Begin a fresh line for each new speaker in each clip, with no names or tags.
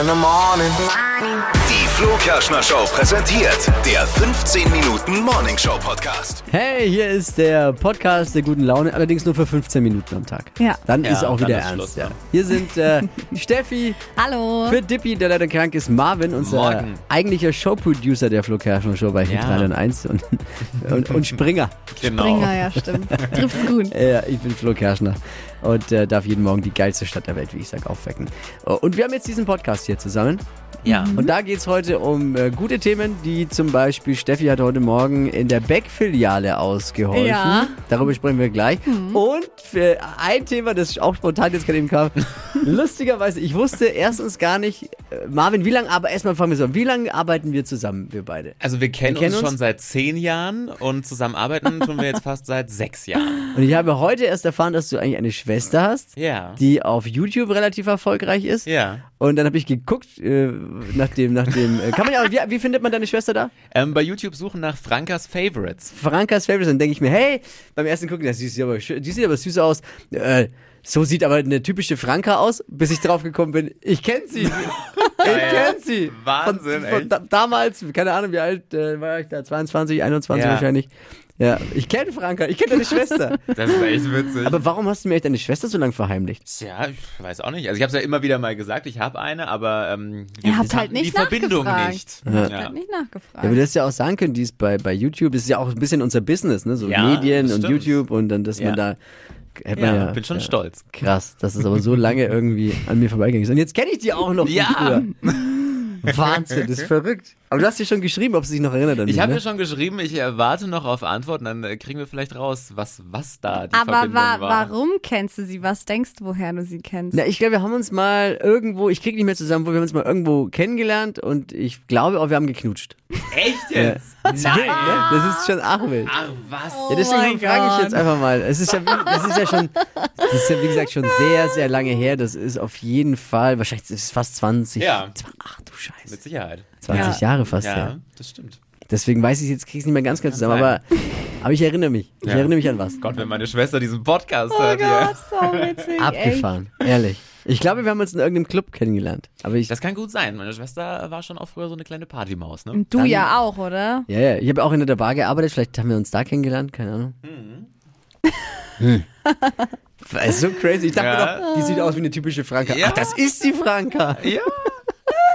in the morning.
Die Flo Kerschner Show präsentiert der 15 Minuten Morning Show Podcast.
Hey, hier ist der Podcast der guten Laune, allerdings nur für 15 Minuten am Tag.
Ja.
Dann ist
Ja,
auch
dann
wieder
ist
ernst.
Schluss,
Ja.
ne?
Hier sind äh, Steffi,
Hallo.
für Dippy, der leider krank ist, Marvin, unser
Morgen.
eigentlicher Showproducer der Flo Kerschner Show bei Hit
Ja.
3 und 1 und, und, und Springer. Genau.
Genau.
Springer, ja, stimmt. Trifft's gut.
Ja, Äh, ich bin Flo Kerschner und äh, darf jeden Morgen die geilste Stadt der Welt, wie ich sag, aufwecken. Oh, Und wir haben jetzt diesen Podcast hier zusammen.
Ja.
Und da geht's heute um äh, gute Themen, die zum Beispiel Steffi hat heute Morgen in der Beck-Filiale ausgeholfen.
Ja.
Darüber sprechen wir gleich. Und für ein Thema, das auch spontan jetzt gerade eben kam. Lustigerweise, ich wusste erstens gar nicht, äh, Marvin, wie lange, aber erstmal fangen wir so an. Wie lange arbeiten wir zusammen, wir beide?
Also wir kennen,
Wir kennen
uns
uns?
schon seit zehn Jahren und zusammen arbeiten tun wir jetzt fast seit sechs Jahren.
Und ich habe heute erst erfahren, dass du eigentlich eine Schwester hast,
Ja.
die auf YouTube relativ erfolgreich ist.
ja.
Und dann habe ich geguckt, äh, nach dem, nach dem, äh, kann man ja, wie, wie findet man deine Schwester da?
Ähm, bei YouTube suchen nach Frankas Favorites.
Frankas Favorites, dann denke ich mir, hey, beim ersten Gucken, das sieht aber, schön- die sieht aber süß aus. Äh, so sieht aber eine typische Franka aus, bis ich drauf gekommen bin, ich kenne sie. ich kenne sie.
Wahnsinn,
von, von
echt.
da, Damals, keine Ahnung, wie alt äh, war ich da, 22, 21
Ja.
wahrscheinlich. Ja, ich kenne Franka, ich kenne deine Schwester.
Das ist echt witzig.
aber warum hast du mir echt deine Schwester so lange verheimlicht?
ja, ich weiß auch nicht. Also ich habe es ja immer wieder mal gesagt, ich habe eine, aber ähm, wir
Ihr habt halt
haben
nicht
die Verbindung
nachgefragt.
nicht.
Ihr habt
Ja.
halt nicht nachgefragt.
Ja, aber du hättest ja auch sagen können, dies bei, bei YouTube ist ja auch ein bisschen unser Business, ne? So
Ja,
Medien
das
und
stimmt.
YouTube und dann, dass man
Ja.
da. Hätte man
Ja, bin schon stolz.
Krass, dass es aber so lange irgendwie an mir vorbeigegangen ist. Und jetzt kenne ich die auch noch. von
Ja.
Früher. Wahnsinn, das ist verrückt. Aber du hast dir schon geschrieben, ob sie sich noch erinnert an mich.
Ich habe
ne?
ja schon geschrieben, ich erwarte noch auf Antworten, dann äh, kriegen wir vielleicht raus, was, was da die
Aber
Verbindung Ne.
wa
war.
warum kennst du sie? Was denkst du, woher du sie kennst?
Na, ich glaube, wir haben uns mal irgendwo, ich kriege nicht mehr zusammen, wo wir haben uns mal irgendwo kennengelernt und ich glaube auch, wir haben geknutscht.
Echt jetzt? Nein.
Ne? Das ist schon arg wild.
Ach was.
Oh.
Ja, deswegen
mein
frage ich
Gott.
jetzt einfach mal. Es ist ja, wie- das ist ja schon, das ist ja wie gesagt schon sehr, sehr lange her. Das ist auf jeden Fall, wahrscheinlich ist es fast 20.
Ja.
Ach du Scheiße.
Mit Sicherheit.
20 Jahre fast, ja.
Ja, das stimmt.
Deswegen weiß ich jetzt, krieg's nicht mehr ganz genau zusammen, aber,
sein.
aber ich erinnere mich. Ich
Ja.
erinnere mich an was.
Gott, wenn meine Schwester diesen Podcast
oh
hört.
Gott,
Ja.
so witzig. Ey.
Abgefahren, ehrlich. Ich glaube, wir haben uns in irgendeinem Club kennengelernt. Aber ich,
Das kann gut sein. Meine Schwester war schon auch früher so eine kleine Partymaus, ne?
Und du ja auch, oder?
ja, ja, ich habe auch in der Bar gearbeitet. Vielleicht haben wir uns da kennengelernt, keine Ahnung. Hm. ist so crazy. Ich dachte
Ja.
mir doch, die sieht aus wie eine typische Franka.
Ja.
Ach, das ist die Franka.
Ja.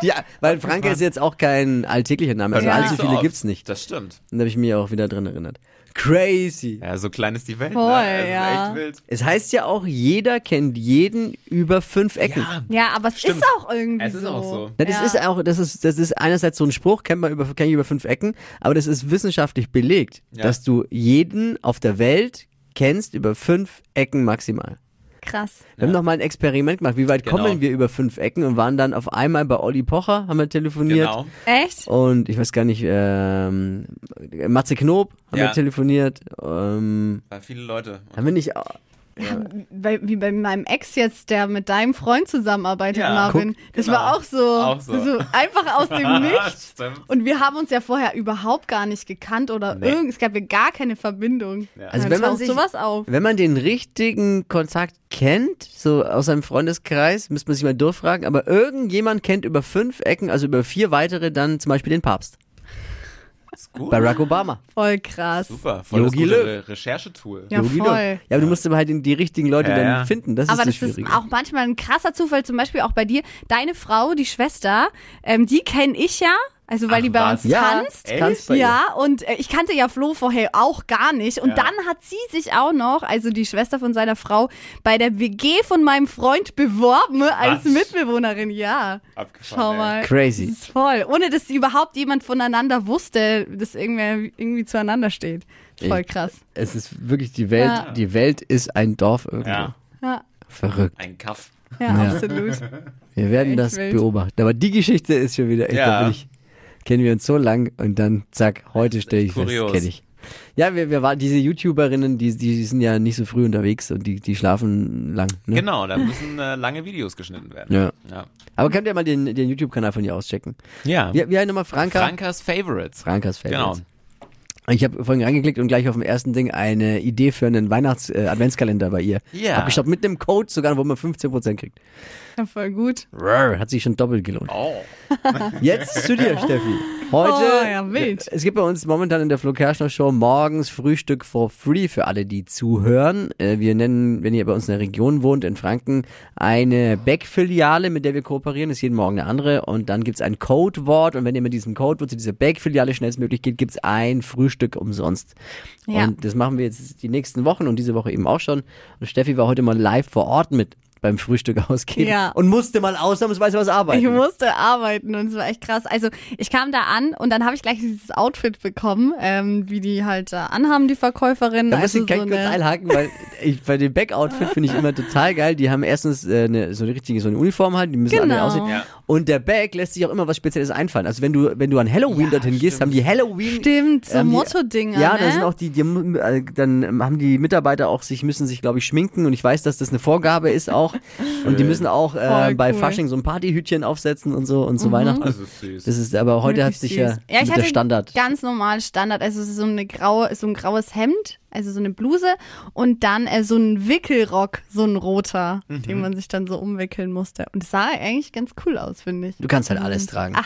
Ja, weil Franka ist jetzt auch kein alltäglicher Name. Also
Ja.
allzu
Nicht so
viele
oft.
gibt's nicht.
Das stimmt.
Und da habe ich mich auch wieder dran erinnert. Crazy.
Ja, so klein ist die Welt.
Voll,
ne? Es
ja.
Ist echt wild.
Es heißt ja auch, jeder kennt jeden über fünf Ecken.
Ja.
Ja, aber es
Stimmt.
ist auch irgendwie
Es ist
so.
auch so.
Na, das
Ja.
ist auch, das ist, das ist einerseits so ein Spruch, kennt man über, kenn ich über fünf Ecken, aber das ist wissenschaftlich belegt,
Ja.
dass du jeden auf der Welt kennst über fünf Ecken maximal.
Krass.
Wir haben noch mal ein Experiment gemacht, wie weit
Genau.
kommen wir über fünf Ecken und waren dann auf einmal bei Olli Pocher, haben wir telefoniert.
Genau.
Echt?
Und ich weiß gar nicht, ähm, Matze Knob haben
Ja.
wir telefoniert. Ähm,
Weil viele Leute.
haben wir nicht.
Bei, wie bei meinem Ex jetzt, der mit deinem Freund zusammenarbeitet,
Ja,
Marvin. das
genau.
war auch so,
Auch so.
einfach aus dem Nichts.
Ah, Stimmt.
Und wir haben uns ja vorher überhaupt gar nicht gekannt oder
Nee.
irgend, es gab ja gar keine Verbindung.
Also
Dann
wenn man
taucht
sich-
sowas auf.
Wenn man den richtigen Kontakt kennt, so aus seinem Freundeskreis, müsste man sich mal durchfragen, aber irgendjemand kennt über fünf Ecken, also über vier weitere, dann zum Beispiel den Papst.
Ist gut.
Barack Obama.
Voll krass.
Super. Voll das
Yogi
gute
Löw.
Re- Recherchetool.
Ja,
Yogi Löw.
voll.
Ja, aber du musst aber halt den- die richtigen Leute
Ja,
dann
ja.
finden. Das
Aber
ist das
das ist
Schwierige.
auch manchmal ein krasser Zufall, zum Beispiel auch bei dir. Deine Frau, die Schwester, ähm, die kenne ich ja, also weil
Ach,
die bei
was?
uns
Ja,
tanzt.
echt?
tanzt bei ihr.
ja, und äh, ich kannte ja Flo vorher auch gar nicht. Und
Ja.
dann hat sie sich auch noch, also die Schwester von seiner Frau, bei der WG von meinem Freund beworben als
Was?
Mitbewohnerin. Ja.
Abgefahren,
Schau
ey.
mal.
Crazy.
Das ist voll. Ohne dass überhaupt jemand voneinander wusste, dass irgendwer irgendwie zueinander steht. Voll
Ich-
krass.
Es ist wirklich die Welt,
Ja.
die Welt ist ein Dorf irgendwo.
Ja.
Ja,
Verrückt.
Ein Kaff.
ja, absolut.
Wir werden
Echt
das
wild.
beobachten. Aber die Geschichte ist schon wieder, echt,
Ja.
da bin ich, kennen wir uns so lang und dann zack, heute stelle ich
kurios.
fest, kenne ich. Ja, wir, wir waren diese YouTuberinnen, die, die sind ja nicht so früh unterwegs und die, die schlafen lang. Ne?
Genau, da müssen äh, lange Videos geschnitten werden.
Ja.
Ja.
Aber könnt ihr mal den, den YouTube-Kanal von ihr auschecken?
ja.
Wie, wie heißt nochmal Franka?
Frankas Favorites.
Frankas Favorites.
Genau.
Ich habe vorhin reingeklickt und gleich auf dem ersten Ding eine Idee für einen Weihnachts-Adventskalender bei ihr.
Ja.
Hab geschaut mit einem Code sogar, wo man 15% kriegt.
Ja, voll gut.
Brr, hat sich schon doppelt gelohnt.
Oh.
Jetzt zu dir, Steffi. Heute.
Oh, ja, wild.
Es gibt bei uns momentan in der Flo Kerschner Show morgens Frühstück for free für alle, die zuhören. Äh, Wir nennen, wenn ihr bei uns in der Region wohnt, in Franken, eine Back-Filiale, mit der wir kooperieren. Ist jeden Morgen eine andere. Und dann gibt's ein Codewort. Und wenn ihr mit diesem Codewort zu dieser Back-Filiale schnellstmöglich geht, gibt's ein Frühstück umsonst.
Ja.
Und das machen wir jetzt die nächsten Wochen und diese Woche eben auch schon. Und Steffi war heute mal live vor Ort mit beim Frühstück ausgehen
Ja.
und musste mal ausnahmsweise was arbeiten.
Ich musste arbeiten und es war echt krass. Also ich kam da an und dann habe ich gleich dieses Outfit bekommen, ähm, wie die halt da anhaben, die Verkäuferin.
Da muss
also
ich gleich kurz einhaken, weil ich, bei dem Back-Outfit finde ich immer total geil. Die haben erstens äh, eine, so eine richtige so eine Uniform halt, die müssen
Genau.
alle aussehen.
Ja.
Und der Back lässt sich auch immer was Spezielles einfallen. Also wenn du, wenn du an Halloween dorthin gehst, haben die Halloween.
Stimmt, so
haben Ähm, die-
Motto-Dinger,
Ja,
ne?
da sind auch die, die äh, dann ähm, haben die Mitarbeiter auch sich, müssen sich, glaube ich, schminken und ich weiß, dass das eine Vorgabe ist auch. und die müssen auch äh,
Voll
bei
cool. Mhm.
Fasching so ein Partyhütchen aufsetzen und so und so Weihnachten.
Das ist süß.
Das ist, aber heute hat
Wirklich
sich
süß.
ja,
ich
mit der
hatte
Standard.
Ganz normal Standard. Also es ist so eine graue, so ein graues Hemd, also so eine Bluse und dann äh, so ein Wickelrock, so ein roter, den
Mhm.
man sich dann so umwickeln musste. Und es sah eigentlich ganz cool aus, finde ich.
Du kannst halt alles tragen.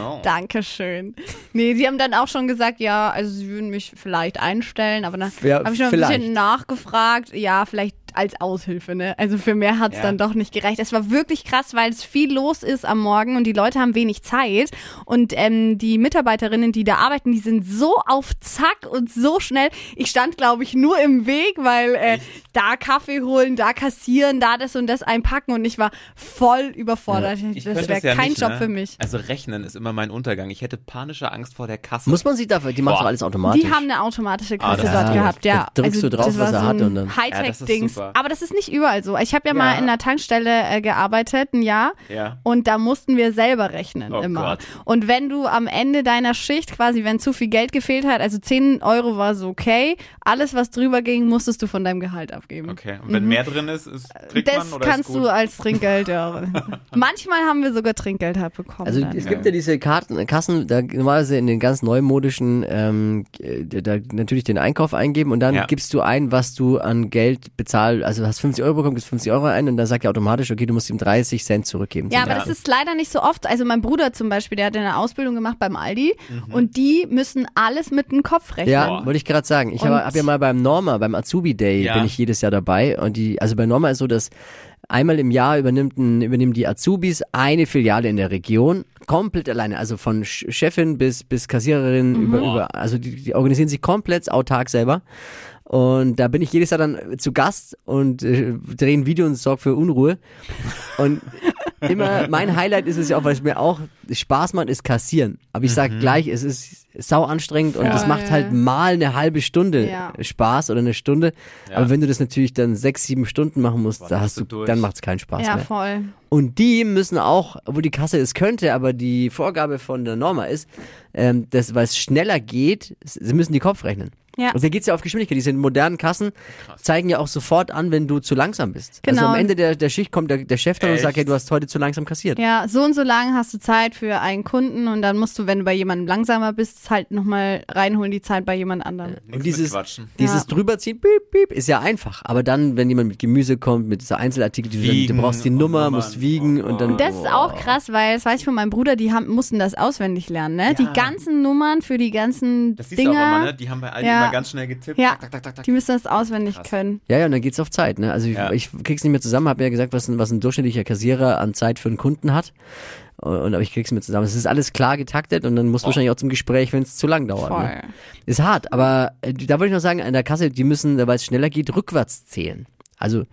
Oh.
Dankeschön. Nee, sie haben dann auch schon gesagt, ja, also sie würden mich vielleicht einstellen, aber dann
Ja,
habe ich noch ein
vielleicht.
bisschen nachgefragt, ja, vielleicht als Aushilfe, ne? Also für mehr hat es
Ja.
dann doch nicht gereicht. Es war wirklich krass, weil es viel los ist am Morgen und die Leute haben wenig Zeit. Und ähm, die Mitarbeiterinnen, die da arbeiten, die sind so auf Zack und so schnell. Ich stand, glaube ich, nur im Weg, weil äh, da Kaffee holen, da kassieren, da das und das einpacken und ich war voll überfordert.
Ich
das
könnte
wäre
ja
kein
nicht,
Job
ne?
für mich.
Also rechnen ist immer mein Untergang. Ich hätte panische Angst vor der Kasse.
Muss man sich dafür, die machen
Boah.
doch alles automatisch.
Die haben eine automatische
Ah,
Kasse
das ist
dort
cool.
gehabt, ja. Also
Da drückst du drauf,
das war
was er
so
hat
ein
und dann-
Ja, das ist
Hightech-Dings.
super.
Aber das ist nicht überall so. Ich habe ja, mal
Ja.
in einer Tankstelle äh, gearbeitet, ein Jahr.
Ja.
Und da mussten wir selber rechnen
Oh
immer.
Gott.
Und wenn du am Ende deiner Schicht quasi, wenn zu viel Geld gefehlt hat, also 10 Euro war so okay, alles was drüber ging, musstest du von deinem Gehalt abgeben.
Okay. Und wenn mehr drin ist, ist kriegt
Mhm. Das
man oder
kannst
ist gut?
du als Trinkgeld, ja. Manchmal haben wir sogar Trinkgeld halt bekommen.
Also
dann.
es gibt ja diese Karten, Kassen, da normalerweise in den ganz neumodischen, ähm, äh, da natürlich den Einkauf eingeben und dann
Ja.
gibst du ein, was du an Geld bezahlt, also hast 50 Euro bekommen, gibst 50 Euro ein und dann sagt er automatisch, okay, du musst ihm 30 Cent zurückgeben.
Ja,
Zum
aber das ist leider nicht so oft. Also mein Bruder zum Beispiel, der hat eine Ausbildung gemacht beim Aldi
Mhm.
und die müssen alles mit dem Kopf rechnen.
Ja, wollte ich gerade sagen. Ich
Und-
habe hab ja mal beim Norma, beim Azubi Day,
Ja.
bin ich jedes Jahr dabei. Und die, also bei Norma ist so, dass einmal im Jahr übernimmt ein, übernehmen die Azubis eine Filiale in der Region, komplett alleine. Also von Sch- Chefin bis, bis Kassiererin über, über, also die, die organisieren sich komplett autark selber. Und da bin ich jedes Jahr dann äh, zu Gast und äh, drehe ein Video und sorge für Unruhe. Und immer mein Highlight ist es ja auch, weil es mir auch Spaß macht, ist kassieren. Aber ich sag gleich, es ist sau anstrengend und es
Voll.
macht halt mal eine halbe Stunde
Ja.
Spaß oder eine Stunde.
Ja.
Aber wenn du das natürlich dann sechs, sieben Stunden machen musst, da
bist
hast
du
du,
durch.
dann macht's keinen Spaß
Ja,
mehr.
voll.
Und die müssen auch, obwohl die Kasse es könnte, aber die Vorgabe von der Norma ist, ähm, dass weil es schneller geht, s- sie müssen die Kopf rechnen.
Ja.
Und da geht's ja auf Geschwindigkeit. Diese modernen Kassen zeigen ja auch sofort an, wenn du zu langsam bist. Also
Genau.
am Ende der, der Schicht kommt der, der Chef dann und sagt,
Echt?
hey, du hast heute zu langsam kassiert.
Ja, so und so lange hast du Zeit für einen Kunden und dann musst du, wenn du bei jemandem langsamer bist, halt nochmal reinholen die Zeit bei jemand anderem.
Nix mit
Und dieses,
Quatschen.
dieses
Ja.
drüberziehen, piep, piep, ist ja einfach. Aber dann, wenn jemand mit Gemüse kommt, mit so Einzelartikeln, die du, dann,
Wiegen
du brauchst die
und
Nummer,
Nummern.
musst wiegen
Oh,
und dann.
Das ist auch krass, weil das weiß ich von meinem Bruder, die haben, mussten das auswendig lernen, ne? Die ganzen Nummern für die ganzen
Das siehst
Dinger,
du auch immer, ne? Die haben bei allen
Ja.
immer ganz schnell getippt.
ja,
Tak, tak, tak, tak, tak.
die müssen das auswendig können.
Ja, ja, und dann geht's auf Zeit. Ne? Also ich,
Ja.
ich krieg's nicht mehr zusammen, habe ja gesagt, was ein, was ein durchschnittlicher Kassierer an Zeit für einen Kunden hat. Und, und aber ich krieg's nicht mehr zusammen. Es ist alles klar getaktet und dann
Oh.
muss wahrscheinlich auch zum Gespräch, wenn es zu lang dauert.
Voll.
Ne? Ist hart, aber äh, da wollte ich noch sagen, an der Kasse, die müssen, weil es schneller geht, rückwärts zählen. Also,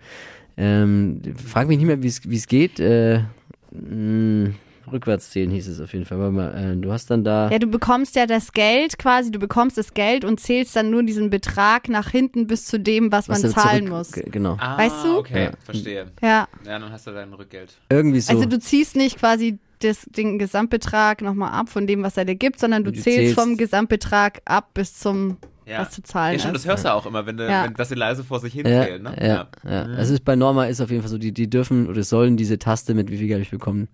ähm, frag mich nicht mehr, wie es wie es geht. Äh, mh, rückwärts zählen hieß es auf jeden Fall. Warte mal, äh, du hast dann da.
Ja, du bekommst ja das Geld quasi, du bekommst das Geld und zählst dann nur diesen Betrag nach hinten bis zu dem, was,
was
man
dann
zahlen
zurück-
muss.
ge- Genau.
Ah,
Weißt du?
Okay,
Ja.
verstehe.
Ja.
Ja, dann hast du dein Rückgeld.
Irgendwie so.
Also du ziehst nicht quasi das, den Gesamtbetrag nochmal ab von dem, was er dir gibt, sondern du,
Du
zählst
zählst.
vom Gesamtbetrag ab bis zum,
Ja.
was zu zahlen
ja, stimmt,
ist.
das hörst du auch immer, wenn, du,
Ja.
wenn dass sie leise vor sich hin
Ja,
zählen, ne?
ja, ja. Also Es ist bei Norma ist auf jeden Fall so, die, die dürfen oder sollen diese Taste mit wie viel Geld ich bekommen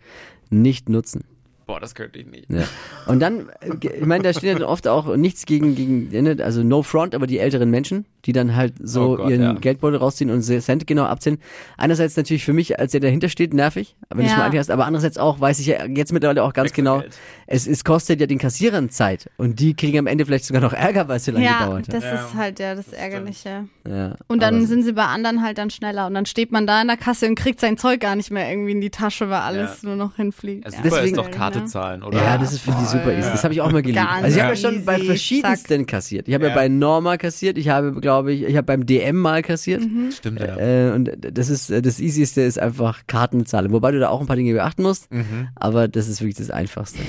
nicht nutzen.
boah, das könnte ich nicht.
Ja. Und dann, äh, ge- ich meine, da stehen ja dann oft auch nichts gegen, gegen, ne, also no front, aber die älteren Menschen, die dann halt so
Oh Gott,
ihren
ja.
Geldbeutel rausziehen und se- Cent genau abziehen. Einerseits natürlich für mich, als der dahinter steht, nervig, wenn du es
Ja.
mal anhörst, aber andererseits auch, weiß ich ja jetzt mittlerweile auch ganz
Extra
genau,
Geld.
es, es kostet ja den Kassierern Zeit und die kriegen am Ende vielleicht sogar noch Ärger, weil es so lange
Ja,
gedauert hat.
das
Ja.
ist halt ja das Ärgerliche.
Ja,
Und
aber-
dann sind sie bei anderen halt dann schneller und dann steht man da in der Kasse und kriegt sein Zeug gar nicht mehr irgendwie in die Tasche, weil alles nur noch hinfliegt.
Also
Ja.
super
Deswegen-
ist doch
ne?
Karte zahlen, oder?
Ja, das ist für die super easy. Das habe ich auch mal geliebt.
Ganz
also ich habe ja
easy,
schon bei
zack.
verschiedensten kassiert. Ich habe ja.
Ja.
bei Norma kassiert, ich habe, glaube ich, ich habe beim DM mal kassiert.
Mhm.
Stimmt, ja.
Äh, und das ist äh, das Easieste ist einfach Kartenzahlung. Wobei du da auch ein paar Dinge beachten musst,
Mhm.
aber das ist wirklich das Einfachste.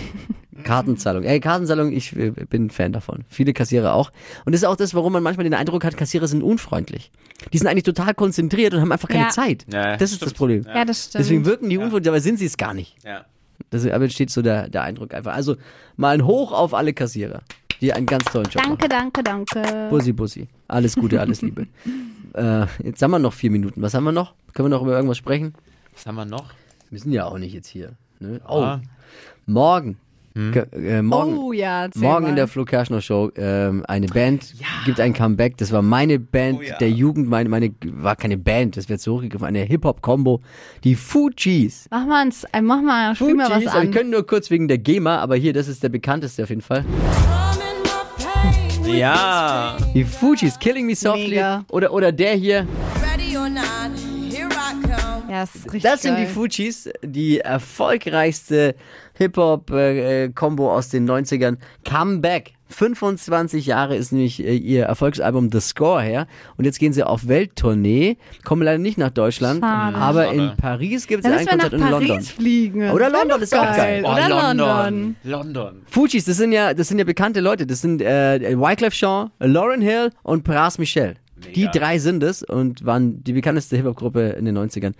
Kartenzahlung. Ey, Kartenzahlung, ich äh, bin Fan davon. Viele Kassierer auch. Und das ist auch das, warum man manchmal den Eindruck hat, Kassierer sind unfreundlich. Die sind eigentlich total konzentriert und haben einfach keine
Ja.
Zeit.
Ja,
das ist
stimmt.
das Problem.
Ja, das stimmt.
Deswegen wirken die unfreundlich, dabei sind sie es gar nicht.
ja.
Das aber entsteht so der, der Eindruck einfach. Also mal ein Hoch auf alle Kassierer, die einen ganz tollen Job machen.
danke, danke, danke.
Bussi, Bussi. Alles Gute, alles Liebe. äh, jetzt haben wir noch vier Minuten. Was haben wir noch? Können wir noch über irgendwas sprechen?
Was haben wir noch?
Wir sind ja auch nicht jetzt hier. Ne?
Ah, Hm?
morgen. Kö- Äh, morgen.
Oh ja, erzähl
Morgen
mal.
in der Flo Kerschner Show ähm, eine Band gibt ein Comeback. Das war meine Band
Oh ja.
der Jugend, meine, meine war keine Band, das wird so hochgegriffen, eine Hip-Hop-Combo. Die Fugees.
Mach mal, ein, äh, mach mal, spiel mal was
Fugees, aber
an.
Wir können nur kurz wegen der GEMA, aber hier, das ist der bekannteste auf jeden Fall.
ja.
Die Fugees, Killing Me Softly
Mega.
oder oder der hier.
Ready or not, here I come.
Ja, das ist richtig
Das sind die
geil.
Fugees, die erfolgreichste Hip-Hop-Kombo aus den 90ern. Comeback. 25 Jahre ist nämlich äh, ihr Erfolgsalbum The Score her. Und jetzt gehen sie auf Welttournee, kommen leider nicht nach Deutschland,
Schade.
aber in
Schade.
Paris gibt es
Dann
ein
müssen wir nach
Konzert und in
Paris
London.
fliegen.
Oder
Das wär
London,
doch
ist auch geil.
Oh,
Oder London.
London. London.
Fugees, das sind ja, das sind ja bekannte Leute. Das sind äh, Wyclef Jean, Lauren Hill und Pras Michel. Die drei sind es und waren die bekannteste Hip-Hop-Gruppe in den 90ern.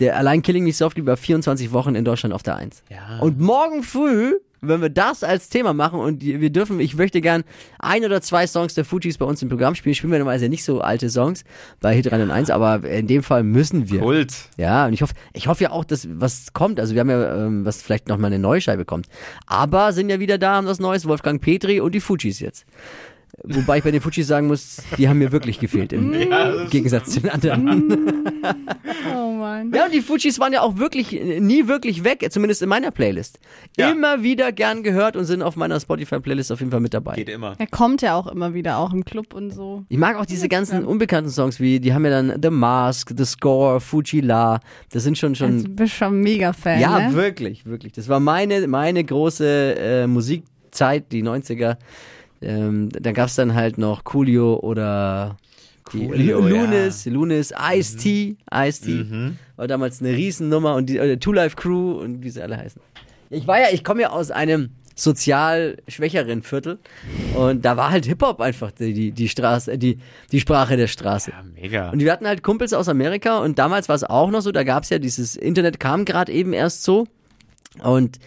Der allein Killing Me Softly war 24 Wochen in Deutschland auf der Eins.
Ja.
Und morgen früh, wenn wir das als Thema machen und die- wir dürfen, ich möchte gern ein oder zwei Songs der Fugees bei uns im Programm spielen, spielen wir normalerweise nicht so alte Songs bei Hit 301, aber in dem Fall müssen wir.
Kult.
Ja, und ich hoffe, ich hoffe ja auch, dass was kommt. Also wir haben ja, ähm, was vielleicht nochmal eine neue Scheibe kommt. Aber sind ja wieder da, haben was Neues, Wolfgang Petri und die Fujis jetzt. Wobei ich bei den Fujis sagen muss, die haben mir wirklich gefehlt im Gegensatz zu den anderen.
Oh Mann.
Ja, und die Fujis waren ja auch wirklich äh, nie wirklich weg, zumindest in meiner Playlist.
Ja.
Immer wieder gern gehört und sind auf meiner Spotify-Playlist auf jeden Fall mit dabei.
Geht immer.
Er kommt ja auch immer wieder, auch im Club und so.
Ich mag auch diese ganzen unbekannten Songs wie, die haben ja dann The Mask, The Score, Fuji La. Das sind schon schon
Also, du bist schon mega Fan.
Ja,
ne?
wirklich, wirklich. Das war meine, meine große äh, Musikzeit, die 90er. Ähm, dann gab's dann halt noch Coolio oder die-
Coolio,
Lu-
ja. Mhm.
Lunis, Lunis, Ice-T, Ice-T. War damals eine Riesennummer und die äh, Two Life Crew und wie sie alle heißen. Ich war ja, ich komme ja aus einem sozial schwächeren Viertel und da war halt Hip-Hop einfach die, die, die Straße, die, die Sprache der Straße.
Ja, mega.
Und wir hatten halt Kumpels aus Amerika und damals war es auch noch so, da gab es ja dieses Internet kam gerade eben erst so und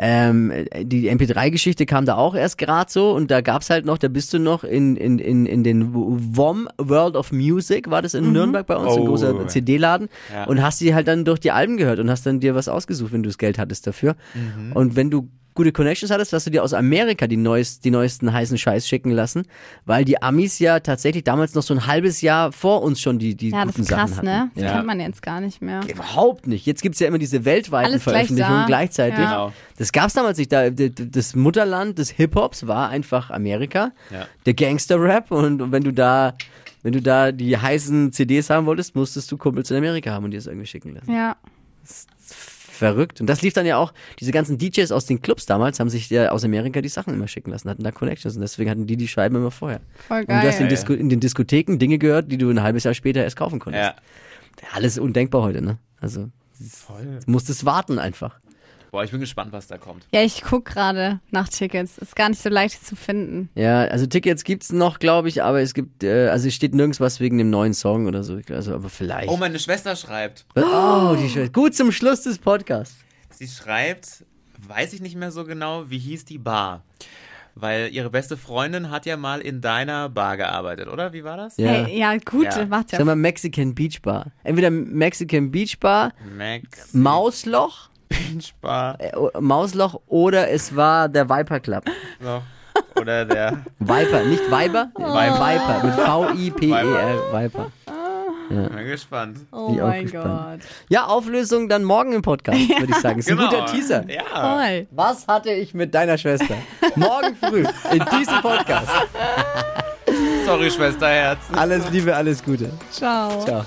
ähm, die MP3-Geschichte kam da auch erst gerade so und da gab es halt noch, da bist du noch in, in, in, in den WOM World of Music, war das
Mhm.
in Nürnberg bei uns, ein
Oh.
großer CD-Laden
Ja.
und hast die halt dann durch die Alben gehört und hast dann dir was ausgesucht, wenn du das Geld hattest dafür.
Mhm.
Und wenn du gute Connections hattest, hast du dir aus Amerika die, neues, die neuesten heißen Scheiß schicken lassen, weil die Amis ja tatsächlich damals noch so ein halbes Jahr vor uns schon die, die
Ja, das
guten
ist krass,
Sachen hatten.
ne? Das
Ja.
kann man jetzt gar nicht mehr.
Überhaupt nicht. Jetzt gibt's ja immer diese weltweiten
Alles gleich
Veröffentlichungen
da.
gleichzeitig.
Ja.
Genau.
Das gab's damals nicht. Da, d- d- das Mutterland des Hip-Hops war einfach Amerika.
Ja.
Der Gangster-Rap. Und, und wenn du da, wenn du da die heißen CDs haben wolltest, musstest du Kumpels in Amerika haben und dir das irgendwie schicken lassen.
Ja.
Verrückt. Und das lief dann ja auch, diese ganzen DJs aus den Clubs damals haben sich ja aus Amerika die Sachen immer schicken lassen, hatten da Connections und deswegen hatten die die Scheiben immer vorher.
Voll
Und du hast in,
geil.
Disko in den Diskotheken Dinge gehört, die du ein halbes Jahr später erst kaufen konntest.
Ja.
Alles undenkbar heute, ne? Also,
Voll.
du musstest warten einfach.
Boah, ich bin gespannt, was da kommt.
Ja, ich guck gerade nach Tickets. Ist gar nicht so leicht zu finden.
Ja, also Tickets gibt's noch, glaube ich, aber es gibt, äh, also es steht nirgends was wegen dem neuen Song oder so. Also, aber vielleicht.
Oh, meine Schwester schreibt.
oh, die Scheiße. Gut zum Schluss des Podcasts.
Sie schreibt, weiß ich nicht mehr so genau, wie hieß die Bar. Weil ihre beste Freundin hat ja mal in deiner Bar gearbeitet, oder? Wie war das?
Ja.
Hey, ja, gut,
Ja.
macht ja.
Sag mal Mexican Beach Bar. Entweder Mexican Beach Bar,
Max.
Mausloch
Green Spa
Äh, o- Mausloch oder es war der Viper Club.
noch. Oder der.
Viper, nicht Viper?
Viper.
Viper, mit V-I-P-E-R, E Viper.
Ich bin gespannt.
Oh
Bin ich auch
mein
gespannt.
Gott.
Ja, Auflösung dann morgen im Podcast, würde ich sagen. Ist ein
Genau.
guter Teaser.
Ja.
Toll.
Was hatte ich mit deiner Schwester? Morgen früh in diesem Podcast.
Sorry, Schwesterherz.
Alles Liebe, alles Gute.
Ciao.
Ciao.